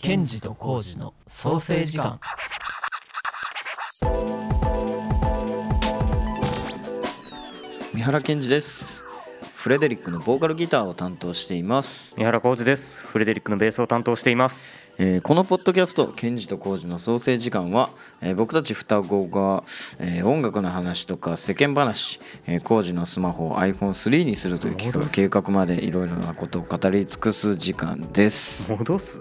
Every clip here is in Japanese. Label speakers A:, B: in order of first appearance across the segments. A: ケンジとコウジの創生時間。
B: 三原健二ですフレデリックのボーカルギターを担当しています、
C: 三原浩二ですフレデリックのベースを担当しています
B: えーこのポッドキャスト「健二とコウジの創生時間は」えー僕たち双子が、えー音楽の話とか世間話、えー、コウジのスマホを iPhone3 にするという企画計画までいろいろなことを語り尽くす時間です
C: 戻す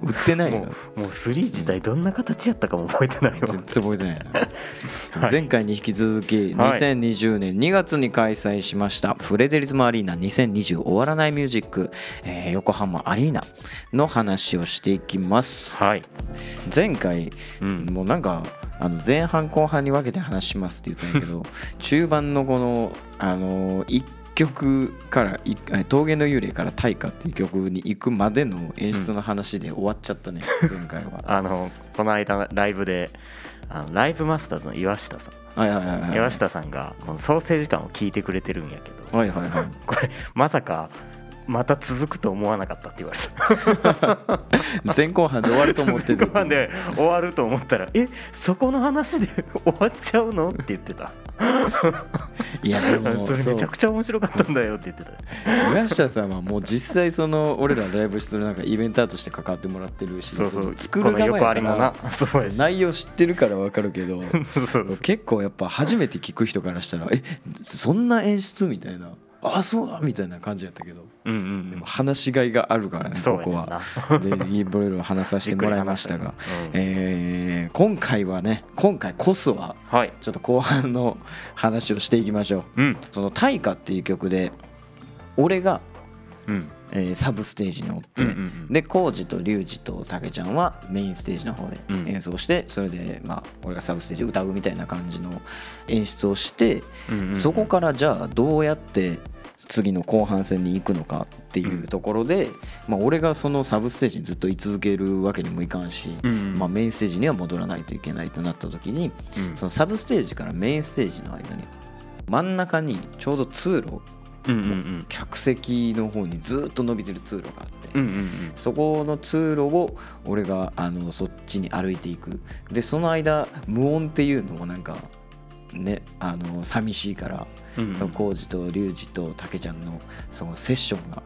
B: 売ってない
C: もう
B: よ
C: もう3自体どんな形やったかも覚えてないわ
B: 全然覚えてないな、
C: はい
B: 前回に引き続き
C: はい
B: 2020年2月に開催しましたフレデリズムアリーナ2020終わらないミュージック、えー横浜アリーナの話をしていきます
C: はい
B: 前回、
C: うん
B: もうなんかあの前半後半に分けて話しますって言ったんやけ ど中盤のこの、あの1曲からいえ峠の幽霊から大化っていう曲に行くまでの演出の話で終わっちゃ ったね、前回は
C: あのこの間ライブであのライブマスターズの岩下さん、
B: はいはいはいはい
C: 岩下さんがこの創生時間を聞いてくれてるんやけど
B: はいはいはい
C: これまさかまた続くと思わなかったって言わ れた
B: 前後半で終わると思ってた
C: 後半で終わると思ったら「えそこの話で 終わっちゃうの?」って言ってた
B: いやでも
C: それ
B: そう
C: めちゃくちゃ面白かったんだよって言ってた
B: 岩下さんはもう実際その俺らライブしてるなんかイベンターとして関わってもらってるし
C: そうそう
B: 作る
C: この
B: 側や
C: 横
B: か
C: ありもな
B: ら
C: そうやし
B: 内容知ってるから分かるけど
C: そうそう
B: 結構やっぱ初めて聞く人からしたらえそんな演出みたいなあそうだみたいな感じやったけど
C: うんうん
B: で
C: うん
B: も話しがいがあるからね
C: そう
B: こ
C: やね
B: こ
C: んな
B: は。でいろいろ話させてもらいましたが
C: じっくり話したねうん
B: えー今回はね今回こそは
C: はい
B: ちょっと後半の話をしていきましょう。
C: うん
B: その「大化」っていう曲で俺が、
C: うん
B: えーサブステージにおって、
C: うんうんうん
B: で浩二と龍二と竹ちゃんはメインステージの方で
C: うん
B: 演奏して、それで、まあ、俺がサブステージ歌うみたいな感じの演出をして、
C: うんうんうん
B: そこからじゃあどうやって次の後半戦に行くのかっていうところで、まあ、俺がそのサブステージにずっと居続けるわけにもいかんし、
C: うんうん
B: まあ、メインステージには戻らないといけないとなった時に、
C: うん
B: そのサブステージからメインステージの間に真ん中にちょうど通路
C: うんうんうん
B: 客席の方にずっと伸びてる通路があって、
C: うんうん
B: そこの通路を俺があのそっちに歩いていくでその間無音っていうのもなんかねあの寂しいから、
C: うんうん
B: その浩二と龍二と竹ちゃんのそのセッションが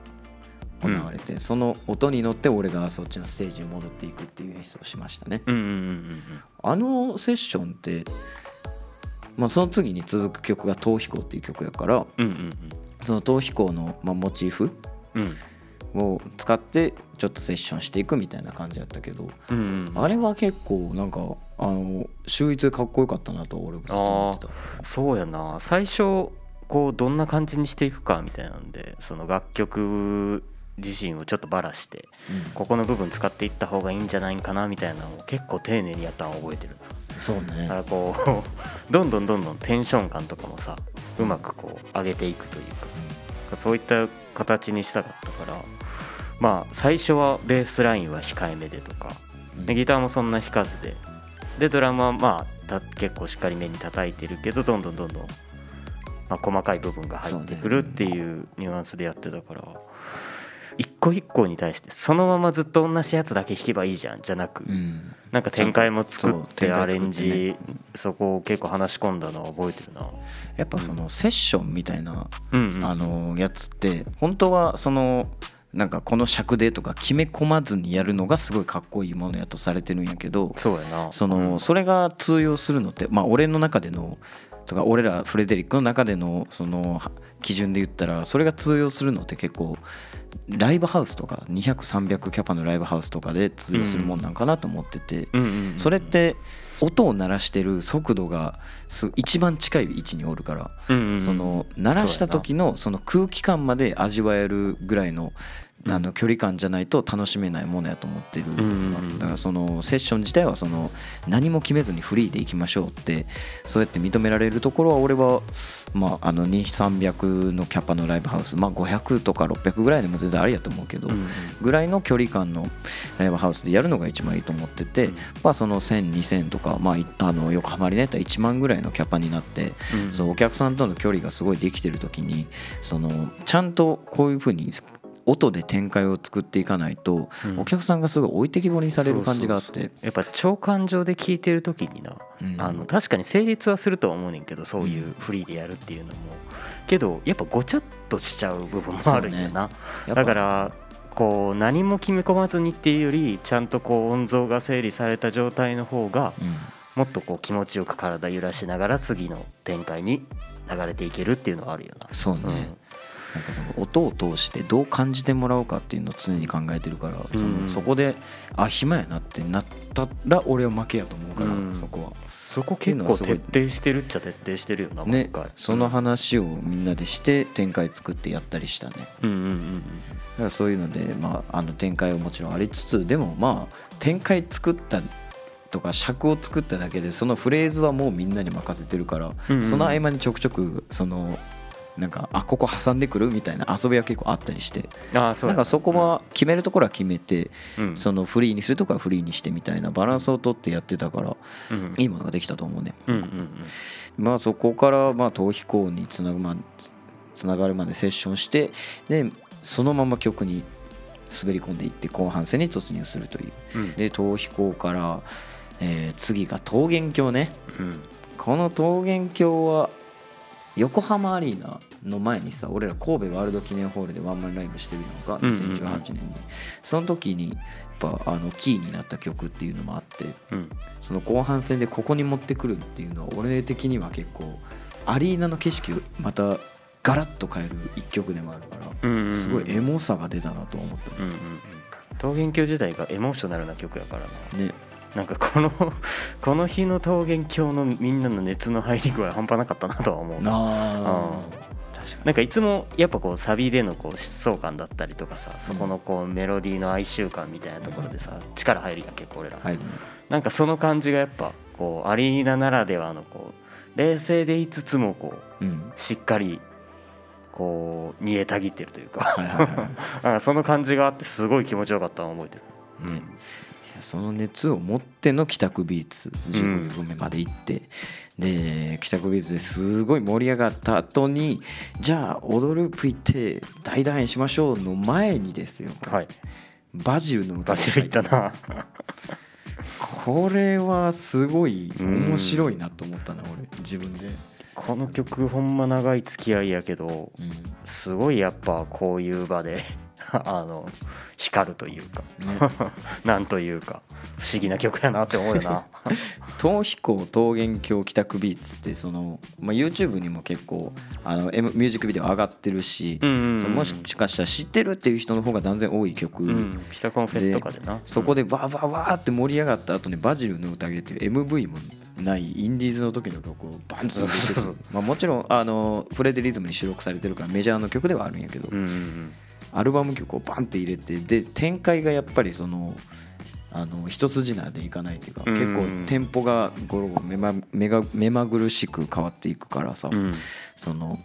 B: 行われて、その音に乗って俺がそっちのステージに戻っていくっていう演出をしましたね。
C: うんうんうんうん
B: あのセッションって、まあ、その次に続く曲が「逃避行」っていう曲やから
C: うんうんうん
B: その逃避行の、まあ、モチーフ
C: うん
B: を使ってちょっとセッションしていくみたいな感じやったけど
C: うんうん
B: あれは結構なんかあの秀逸でかっこよかったなと俺もずっと思ってた
C: そうやな最初こうどんな感じにしていくかみたいなんでその楽曲自身をちょっとバラしてここの部分使っていった方がいいんじゃないかなみたいなのを結構丁寧にやったのを覚えてる
B: そう
C: だ
B: ね
C: からこう どんどんどんどんテンション感とかもさうまくこう上げていくというかさそういった形にしたかったからまあ最初はベースラインは控えめでとか
B: うん
C: でギターもそんな弾かずででドラムはまあた結構しっかりめに叩いてるけどどんどんどんどん、まあ、細かい部分が入ってくるっていうニュアンスでやってたから。一個一個に対してそのままずっと同じやつだけ弾けばいいじゃんじゃなく、
B: うん
C: なんか展開も作
B: そう
C: っ
B: 展
C: て
B: 開
C: ア
B: 作って
C: レ
B: ね
C: ンジそこを結構話し込んだのは覚えてるな
B: やっぱそのセッションみたいな
C: うんうん
B: あのやつって本当はそのなんかこの尺でとか決め込まずにやるのがすごいかっこいいものやとされてるんやけど
C: そうやな
B: そ
C: うん
B: のそれが通用するのってまあ俺の中でのとか俺らフレデリックの中でのそのは基準で言ったらそれが通用するのって結構ライブハウスとか200300キャパのライブハウスとかで通用するもんなんかなと思ってて
C: うんうんうん
B: それって音を鳴らしてる速度がす一番近い位置におるから
C: うんうんうん
B: その鳴らした時のその空気感まで味わえるぐらいのあの距離感じゃないと楽しめないものやと思ってる
C: んうんうん
B: だからそのセッション自体はその何も決めずにフリーでいきましょうってそうやって認められるところは俺はまああの2300のキャパのライブハウスまあ500とか600ぐらいでも全然ありやと思うけど
C: うんうん
B: ぐらいの距離感のライブハウスでやるのが一番いいと思ってて
C: うん
B: まあその10002000とかまあいあの横浜アリーナやったら1万ぐらいのキャパになって
C: うん
B: そうお客さんとの距離がすごいできてる時にそのちゃんとこういうふうに音で展開を作っていかないと、
C: うん
B: お客さんがすごい置いてきぼりにされる感じがあって
C: そうそうそうやっぱ超感情で聞いてる時にな、
B: うん
C: あの確かに成立はするとは思うねんけどそういうフリーでやるっていうのもけどやっぱごちゃっとしちゃう部分もあるん
B: そ
C: よ
B: うね
C: な、
B: やっぱ
C: だからこう何も決め込まずにっていうよりちゃんとこう音像が整理された状態の方が
B: うん
C: もっとこう気持ちよく体揺らしながら次の展開に流れていけるっていうのはあるよな。
B: そうね、
C: うん
B: なんかその音を通してどう感じてもらおうかっていうのを常に考えてるから、
C: うん
B: そのそこであ暇やなってなったら俺は負けやと思うから、
C: うん
B: そこ
C: そこ結
B: っ
C: 構
B: ていうのはすご
C: 徹
B: い
C: 底してるっちゃ徹底してるよな
B: は
C: 毎
B: ね
C: 回、
B: その話をみんなでして展開作ってやったりしたねだ
C: うんうんうんうん
B: からそういうので、まあ、あの展開をもちろんありつつでもまあ展開作ったとか尺を作っただけでそのフレーズはもうみんなに任せてるから、
C: うんうん
B: その合間にちょくちょくそのなんかあここ挟んでくるみたいな遊びは結構あったりして
C: ああそ
B: な
C: うや
B: んかそこ、は決めるところは決めて、
C: うん
B: そのフリーにするとこはフリーにしてみたいなバランスをとってやってたから
C: うんうん
B: いいものができたと思うね、
C: うんうんうん
B: まあそこからまあ逃避行につなぐ、まあ、つつながるまでセッションしてでそのまま曲に滑り込んでいって後半戦に突入するという
C: うん
B: で逃避行から、えー次が桃源郷ね
C: うん
B: この桃源郷は横浜アリーナの前にさ俺ら神戸ワールド記念ホールでワンマンライブしてるのが
C: うんうんうん
B: 2018年に、その時にやっぱあのキーになった曲っていうのもあって
C: うん
B: その後半戦でここに持ってくるっていうのは俺的には結構アリーナの景色をまたガラッと変える一曲でもあるから、
C: うんうんうん
B: すごいエモさが出たなと思った
C: うんうんうん桃源郷自体がエモーショナルな曲やからな
B: ね
C: なんかこのこの日の桃源郷のみんなの熱の入り具合半端なかったなとは思うな
B: あー確かに
C: なんかいつもやっぱこうサビでのこう疾走感だったりとかさそこのこうメロディーの哀愁感みたいなところでさ力入るやん結構俺ら、
B: 入るね
C: なんかその感じがやっぱこうアリーナならではのこう冷静でいつつもこう
B: うん
C: しっかりこう煮えたぎってるというか
B: はいはいはい
C: なんかその感じがあってすごい気持ちよかったのを覚えてる
B: ね、いやその熱を持っての帰宅ビーツ
C: うん
B: 15曲目まで行って、で帰宅ビーツですごい盛り上がった後にじゃあ踊るプイって大団円しましょうの前にですよ
C: はい
B: バジルの歌
C: バ
B: が
C: ジ
B: 入
C: ル行ったな
B: これはすごい面白いなと思ったな、俺自分で、
C: この曲ほんま長い付き合いやけど
B: うん
C: すごいやっぱこういう場で あの光るというか なんというか不思議な曲やなって思うよな
B: 東飛行桃源郷帰宅ビーツってその、まあ、YouTube にも結構あの M ミュージックビデオ上がってるし、
C: うんうんうん
B: そのもしかしたら知ってるっていう人の方が断然多い曲、
C: うんピタコンフェスとかでな
B: そこでバーバーバーって盛り上がった後に「バジルの宴」っていう MV もないインディーズの時の曲をバンと出てくるまあもちろんあのフレデリズムに収録されてるからメジャーの曲ではあるんやけど、
C: うんうんうん
B: アルバム曲をバンって入れてで展開がやっぱりその。あの一筋縄でいかないというか
C: うん
B: 結構テンポがゴロゴロ目ま目が目まぐるしく変わっていくからさ、
C: うん
B: その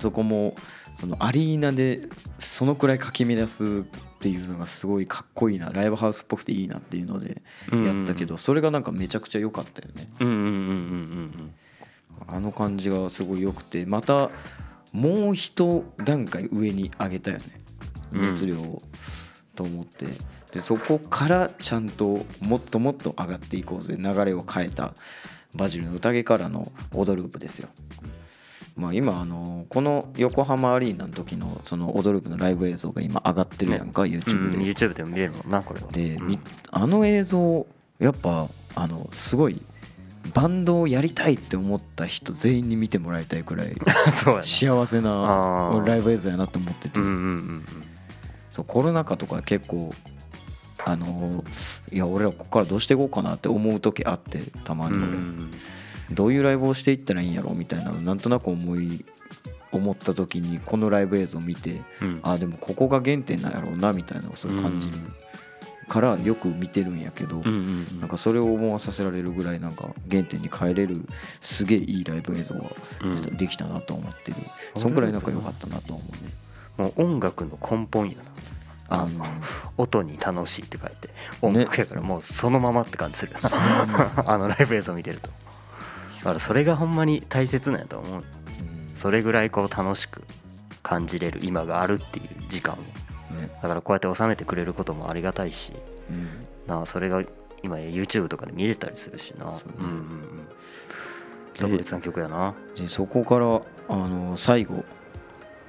B: そこもそのアリーナでそのくらいかき乱すっていうのがすごいかっこいいなライブハウスっぽくていいなっていうので
C: うん
B: やったけどそれがなんかめちゃくちゃ良かったよね
C: うんうんうんうん
B: あの感じがすごい良くてまたもう一段階上に上げたよね
C: うん
B: 熱量をと思ってでそこからちゃんともっともっと上がっていこうぜ流れを変えたバジルの宴からの踊るープですよ。まあ、今あのこの横浜アリーナの時のその踊るープのライブ映像が今上がってるやんか
C: うんうん
B: YouTube
C: うん
B: で
C: YouTube でも見れるもんなこれは
B: で、
C: うん
B: みあの映像やっぱあのすごいバンドをやりたいって思った人全員に見てもらいたいく らい
C: そうやな
B: 幸せな
C: あー
B: ライブ映像やなと思ってて、
C: うんうんうん
B: そうコロナ禍とか結構あのいや俺らここからどうしていこうかなって思う時あってたま
C: う
B: に
C: んう
B: 俺、
C: ん
B: どういうライブをしていったらいいんやろみたいなのなんとなく思い思った時にこのライブ映像を見て
C: うん
B: あでもここが原点なんやろうなみたいなそういう感じ
C: うん
B: からよく見てるんやけど、
C: うんうん
B: なんかそれを思わさせられるぐらいなんか原点に帰れるすげえいいライブ映像が出た
C: うん
B: できたなと思ってる、そんぐらいなんか良かったなと思うね
C: もう音楽の根本やな
B: あの
C: 音に楽しいって書いて音楽やからもうそのままって感じするよな あのライブ映像見てるとだからそれがほんまに大切なんやと思う
B: うん
C: それぐらいこう楽しく感じれる今があるっていう時間を
B: ね
C: だからこうやって収めてくれることもありがたいし
B: うん
C: なあそれが今や YouTube とかで見れたりするしな
B: そうね
C: うんうんうん特別な曲やな
B: でそこからあの最後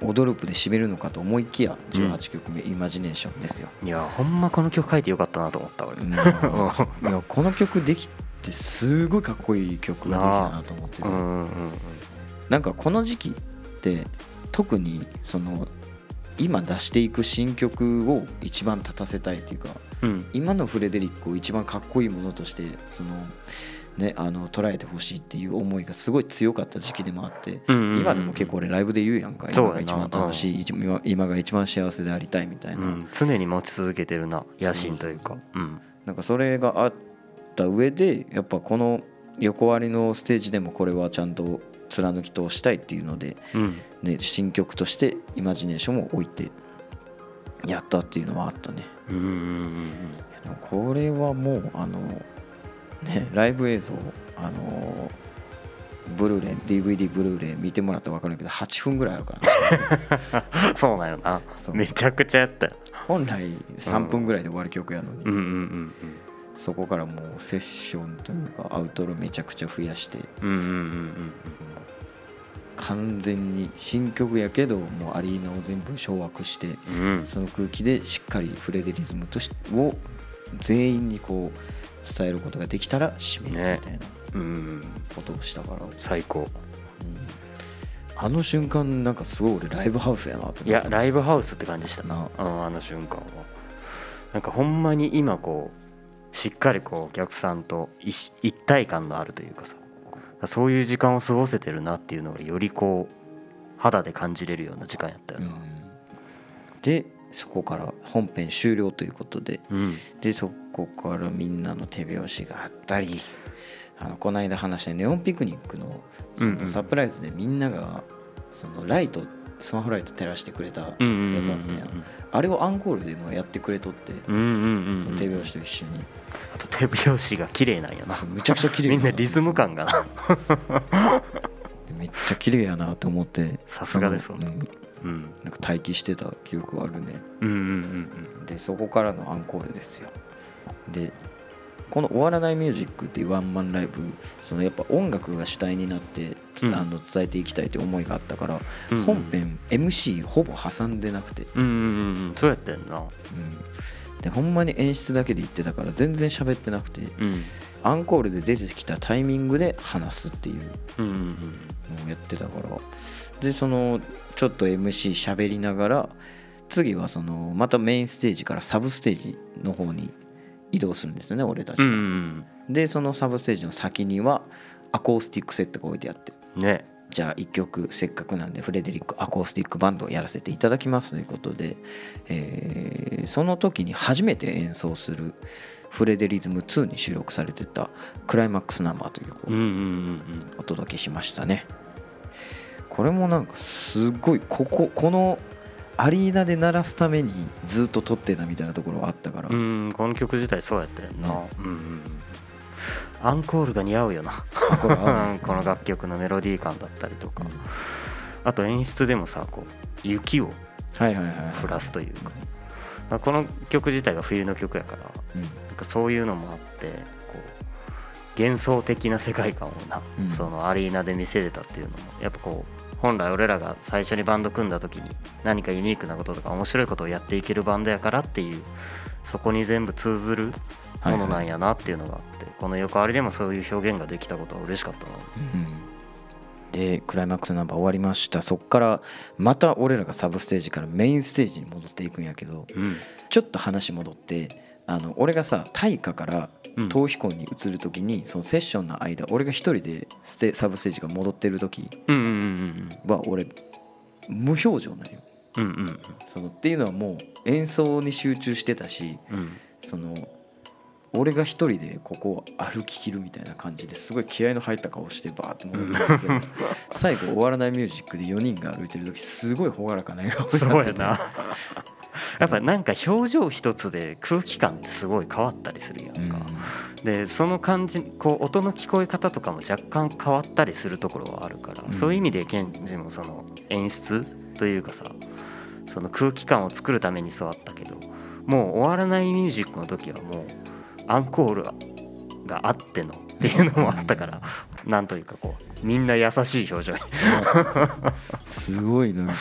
B: 踊るプで締めるのかと思いきや18曲目「イマジネーション」ですよ、
C: いやほんまこの曲書いてよかったなと思った俺
B: うんいやこの曲できてすごいかっこいい曲ができたなと思ってて
C: うんうんうん
B: なんかこの時期って特にその今出していく新曲を一番立たせたいっていうか
C: うん
B: 今のフレデリックを一番かっこいいものとしてその、ね、あの捉えてほしいっていう思いがすごい強かった時期でもあって、
C: うんうんうん
B: 今でも結構俺ライブで言うやんか
C: そう
B: 今が
C: やな
B: 一番楽しい一今今が一番幸せでありたいみたいな、
C: うん常に持ち続けてるな野心というかうん
B: なんかそれがあった上でやっぱこの横割りのステージでもこれはちゃんと貫き通したいっていうので、
C: うん
B: ね、新曲としてイマジネーションを置いてやったっていうのはあったね。
C: うんうんうん
B: これはもうあのねライブ映像あのブルーレイ DVD ブルーレイ見てもらったら分かるけど8分ぐらいあ るからね、
C: うんそうなんよな
B: そう
C: めちゃくちゃやったよ
B: 本来3分ぐらいで終わる曲やのに、
C: うんうん
B: そこからもうセッションというかアウトロめちゃくちゃ増やして
C: うんうんうんうんうん
B: 完全に新曲やけどもうアリーナを全部掌握して
C: うんうん
B: その空気でしっかりフレデリズムとしを全員にこう伝えることができたら締めるみたいな
C: うんうん
B: ことをしたから、
C: 最高
B: あの瞬間なんかすごい俺ライブハウスやなって思っ
C: いや
B: た
C: ライブハウスって感じした
B: な
C: なうんあの瞬間はなんかほんまに今こうしっかりこうお客さんと一一体感のあるというかさそういう時間を過ごせてるなっていうのがよりこう肌で感じれるような時間やった
B: う
C: よな、
B: んでそこから本編終了ということで
C: うん、
B: でそこからみんなの手拍子があったりあのこの間話したネオンピクニックのそ
C: うんう
B: の
C: ん
B: サプライズでみんながそのライトスマホライト照らしてくれたや
C: うんうんうんうん
B: つあったやんあれをアンコールでもやってくれとって
C: うんうんうん
B: その手拍子と一緒に
C: あと手拍子が綺麗なんやな
B: そうむちゃくちゃ綺麗
C: みんなリズム感がな
B: めっちゃ綺麗やなと思って
C: さすがです
B: その
C: ほんと
B: うん
C: うん
B: なんか待機してた記憶はあるね
C: うんうんうん
B: でそこからのアンコールですよでこの「終わらないミュージック」っていうワンマンライブそのやっぱ音楽が主体になってつ、
C: うん
B: あの伝えていきたいという思いがあったから、
C: うんうん
B: 本編 MC ほぼ挟んでなくて、
C: うんうんうんうんそうやったんな
B: うんでほんまに演出だけで言ってたから全然喋ってなくて
C: うん
B: アンコールで出てきたタイミングで話すっていう
C: うんうん
B: もうやってたからでそのちょっと MC 喋りながら次はそのまたメインステージからサブステージの方に移動するんですよね俺たち
C: う
B: が、
C: んうん
B: でそのサブステージの先にはアコースティックセットが置いてあって
C: うんね
B: じゃあ1曲せっかくなんでフレデリックアコースティックバンドをやらせていただきますということで、えーその時に初めて演奏するフレデリズム2に収録されてた「クライマックスナンバー」という曲を
C: うんうんうん
B: お届けしましたねこれもなんかすごいこここのアリーナで鳴らすためにずっと撮ってたみたいなところはあったから、
C: うんこの曲自体そうやったよな、
B: ね
C: うんうんうんアンコールが似合うよな
B: これは
C: うんこの楽曲のメロディー感だったりとか、あと演出でもさこう雪を
B: はいはいはいはい
C: 降らすというか、まあこの曲自体が冬の曲やから
B: うん
C: なんかそういうのもあってこう幻想的な世界観をな、
B: うん
C: そのアリーナで見せれたっていうのもやっぱこう本来俺らが最初にバンド組んだ時に何かユニークなこととか面白いことをやっていけるバンドやからっていうそこに全部通ずるものなんやなっていうのがあって、この横ありでもそういう表現ができたことは嬉しかったな。
B: うんでクライマックスナンバー終わりましたそっからまた俺らがサブステージからメインステージに戻っていくんやけど
C: うん
B: ちょっと話戻ってあの俺がさ大化から
C: うん
B: 逃避行に移る時に、そのセッションの間俺が一人でステサブステージから戻ってる時
C: うんうんうん
B: は俺無表情なんよ
C: うんうんうん
B: そのっていうのはもう演奏に集中してたし
C: うん
B: その俺が一人でここを歩ききるみたいな感じですごい気合いの入った顔してバーって戻ってたけど 最後「終わらないミュージック」で4人が歩いてる時すごい朗らかな笑顔
C: そ
B: になっ
C: う
B: て
C: や
B: て
C: なやっぱなんか表情一つで空気感ってすごい変わったりするやん
B: うん
C: か、でその感じこう音の聞こえ方とかも若干変わったりするところはあるから、
B: うん
C: そういう意味でケンジもその演出とというかさその空気感を作るためにそうあったけどもう終わらないミュージックの時はもうアンコールがあってのっていうのもあったからなんというかこうみんな優しい表情に、
B: すごいなんか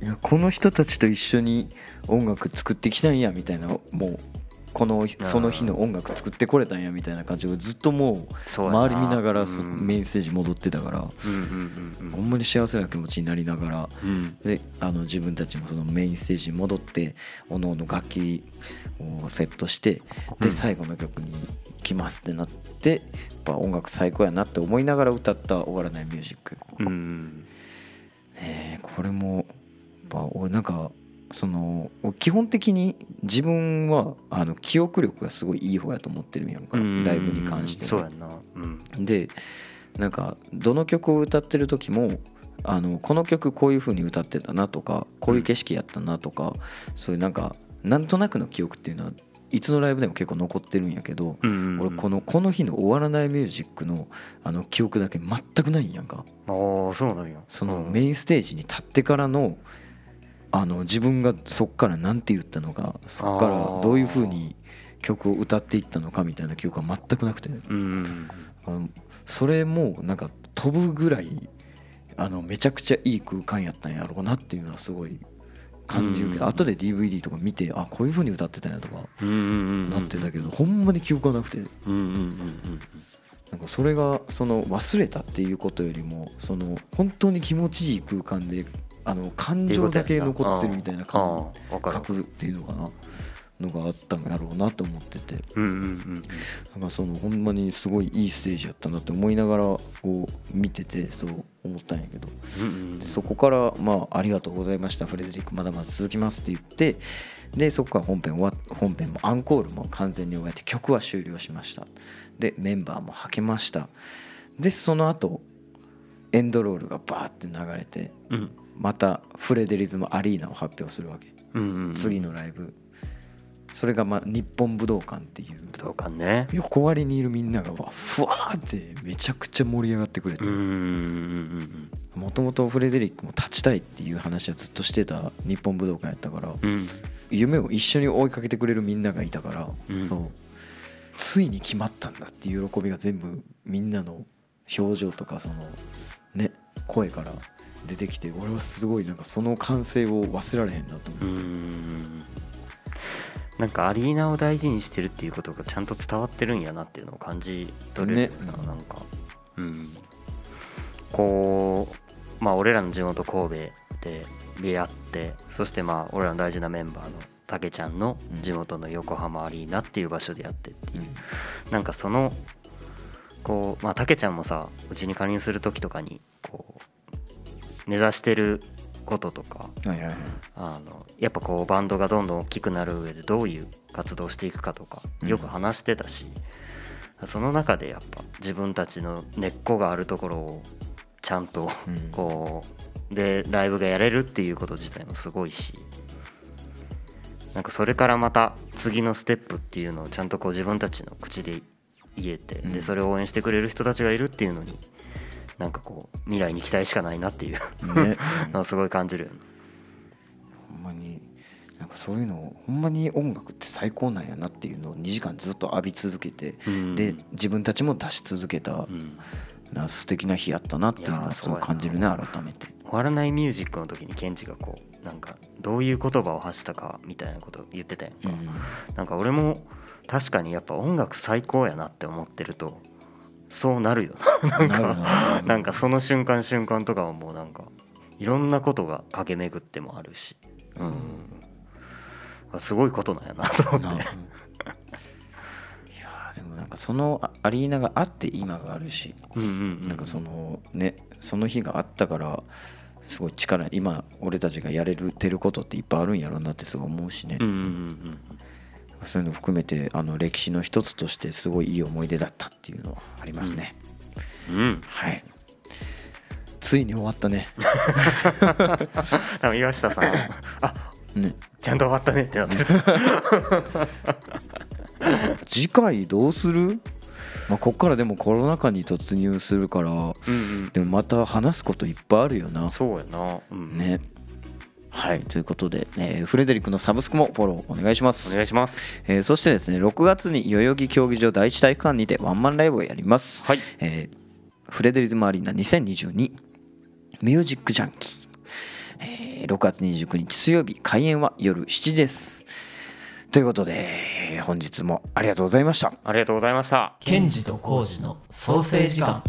C: う
B: い
C: ん
B: やこの人たちと一緒に音楽作ってきたんやみたいなもうこのその日の音楽作ってこれたんやみたいな感じをずっともう
C: そうやな
B: 周り見ながらそ
C: うん
B: メッセージ戻ってたから
C: うんうん
B: ほんまに幸せな気持ちになりながら
C: うんうん
B: であの自分たちもそのメインステージに戻っておのの楽器をセットして
C: う
B: で
C: ん
B: 最後の曲に来ますってなってやっぱ音楽最高やなって思いながら歌った「終わらないミュージック」
C: うんうん
B: ねえこれもやっぱ俺なんかその基本的に自分はあの記憶力がすごいいい方やと思ってるんやんか
C: うん
B: ライブに関しては
C: そうやんなうん
B: でなんかどの曲を歌ってる時もあのこの曲こういう風に歌ってたなとかこういう景色やったなとか、そういうなんかなんとなくの記憶っていうのはいつのライブでも結構残ってるんやけど、
C: うんうんうん
B: 俺このこの日の終わらないミュージックのあの記憶だけ全くないんやんか
C: ああそうなんや
B: その
C: うん
B: メインステージに立ってからのあの自分がそっから何て言ったのかそっか
C: あー
B: らどういう風に曲を歌っていったのかみたいな記憶は全くなくて
C: うんうん
B: あのそれもなんか飛ぶぐらいあのめちゃくちゃいい空間やったんやろうなっていうのはすごい感じるけど
C: うん
B: 後で DVD とか見てあこういう風に歌ってたんやとか
C: うんうんうん
B: なってたけどほんまに記憶がなくて
C: うんうんうんうん
B: なんかそれがその忘れたっていうことよりもその本当に気持ちいい空間であの感情だけ残ってるみたいな感
C: ああ分かる
B: 覚っていうのかなのがあったんやろうなと思ってて
C: うんうんうん
B: なんかそのほんまにすごいいいステージやったなって思いながらこう見ててそう思ったんやけど
C: うんうん
B: そこから、まあ、ありがとうございました、フレデリック、まだまだ続きますって言って、で、そこから本編終わ本編もアンコールも完全に終えて、曲は終了しました。で、メンバーもはけました。で、その後、エンドロールがバーって流れて、
C: うん
B: またフレデリズムアリーナを発表するわけ。
C: うんうん
B: 次のライブ。それが、まあ、日本武道館っていう、
C: 武道館ね
B: 横割りにいるみんながわ、ふわーってめちゃくちゃ盛り上がってくれて。
C: うんうんうん
B: もともとフレデリックも立ちたいっていう話はずっとしてた日本武道館やったから
C: うんうん
B: 夢を一緒に追いかけてくれるみんながいたから、
C: うん
B: そうついに決まったんだっていう喜びが全部みんなの表情とかそのね声から出てきて俺はすごいなんかその感性を忘れられへんなと思
C: う
B: う、
C: んなんかアリーナを大事にしてるっていうことがちゃんと伝わってるんやなっていうのを感じ取れるよな、
B: ね
C: なんかうんこうまあ俺らの地元神戸で出会ってそしてまあ俺らの大事なメンバーのたけちゃんの地元の横浜アリーナっていう場所でやってっていう、なんかそのこうまあたけちゃんもさうちに加入する時とかにこう目指してることとか
B: はいはいはい
C: あのやっぱこうバンドがどんどん大きくなる上でどういう活動をしていくかとか
B: うん
C: よく話してたし、その中でやっぱ自分たちの根っこがあるところをちゃんと
B: うん
C: こうでライブがやれるっていうこと自体もすごいしなんかそれからまた次のステップっていうのをちゃんとこう自分たちの口で言えて、
B: う
C: で
B: ん
C: それを応援してくれる人たちがいるっていうのになんかこう未来に期待しかないなっていう
B: ね、
C: のをすごい感じるよね。
B: ほんまになんかそういうのをほんまに音楽って最高なんやなっていうのを2時間ずっと浴び続けて、
C: うん
B: で自分たちも出し続けた、
C: うん
B: な素敵な日やったなっていうのはすごい感じるね改めて
C: 終わらないミュージックの時にケンチがこうなんかどういう言葉を発したかみたいなことを言ってたやんか、なんか俺も確かにやっぱ音楽最高やなって思ってるとそうな るよ
B: なんか
C: ななんかその瞬間瞬間とかはもうなんかいろんなことが駆け巡ってもあるし、うん、すごいことなんやなと思
B: な
C: っ
B: い
C: て
B: やーでもなんかそのあアリーナがあって今があるし
C: うんうん
B: なんかそのねその日があったからすごい力今俺たちがやれてることっていっぱいあるんやろうなってすごい思うしね
C: うんうんうん
B: そういうの含めてあの歴史の一つとしてすごいいい思い出だったっていうのはありますね
C: うんうん
B: はいついに終わったね
C: 多分岩下 さんあ
B: ね
C: ちゃんと終わったねってなってる
B: 次回どうする、まあ、こっからでもコロナ禍に突入するから
C: うんうん
B: でもまた話すこといっぱいあるよな
C: そうやな、うん、
B: ね
C: はい
B: ということで、えーフレデリックのサブスクもフォローお願いします
C: お願いします
B: えーそしてですね6月に代々木競技場第一体育館にてワンマンライブをやります、
C: はい
B: えーフレデリズムアリーナ2022ミュージックジャンキー、えー6月29日水曜日開演は夜7時ですということでえー本日もありがとうございました
C: ありがとうございました
A: ケンジとコウジのソーセージ感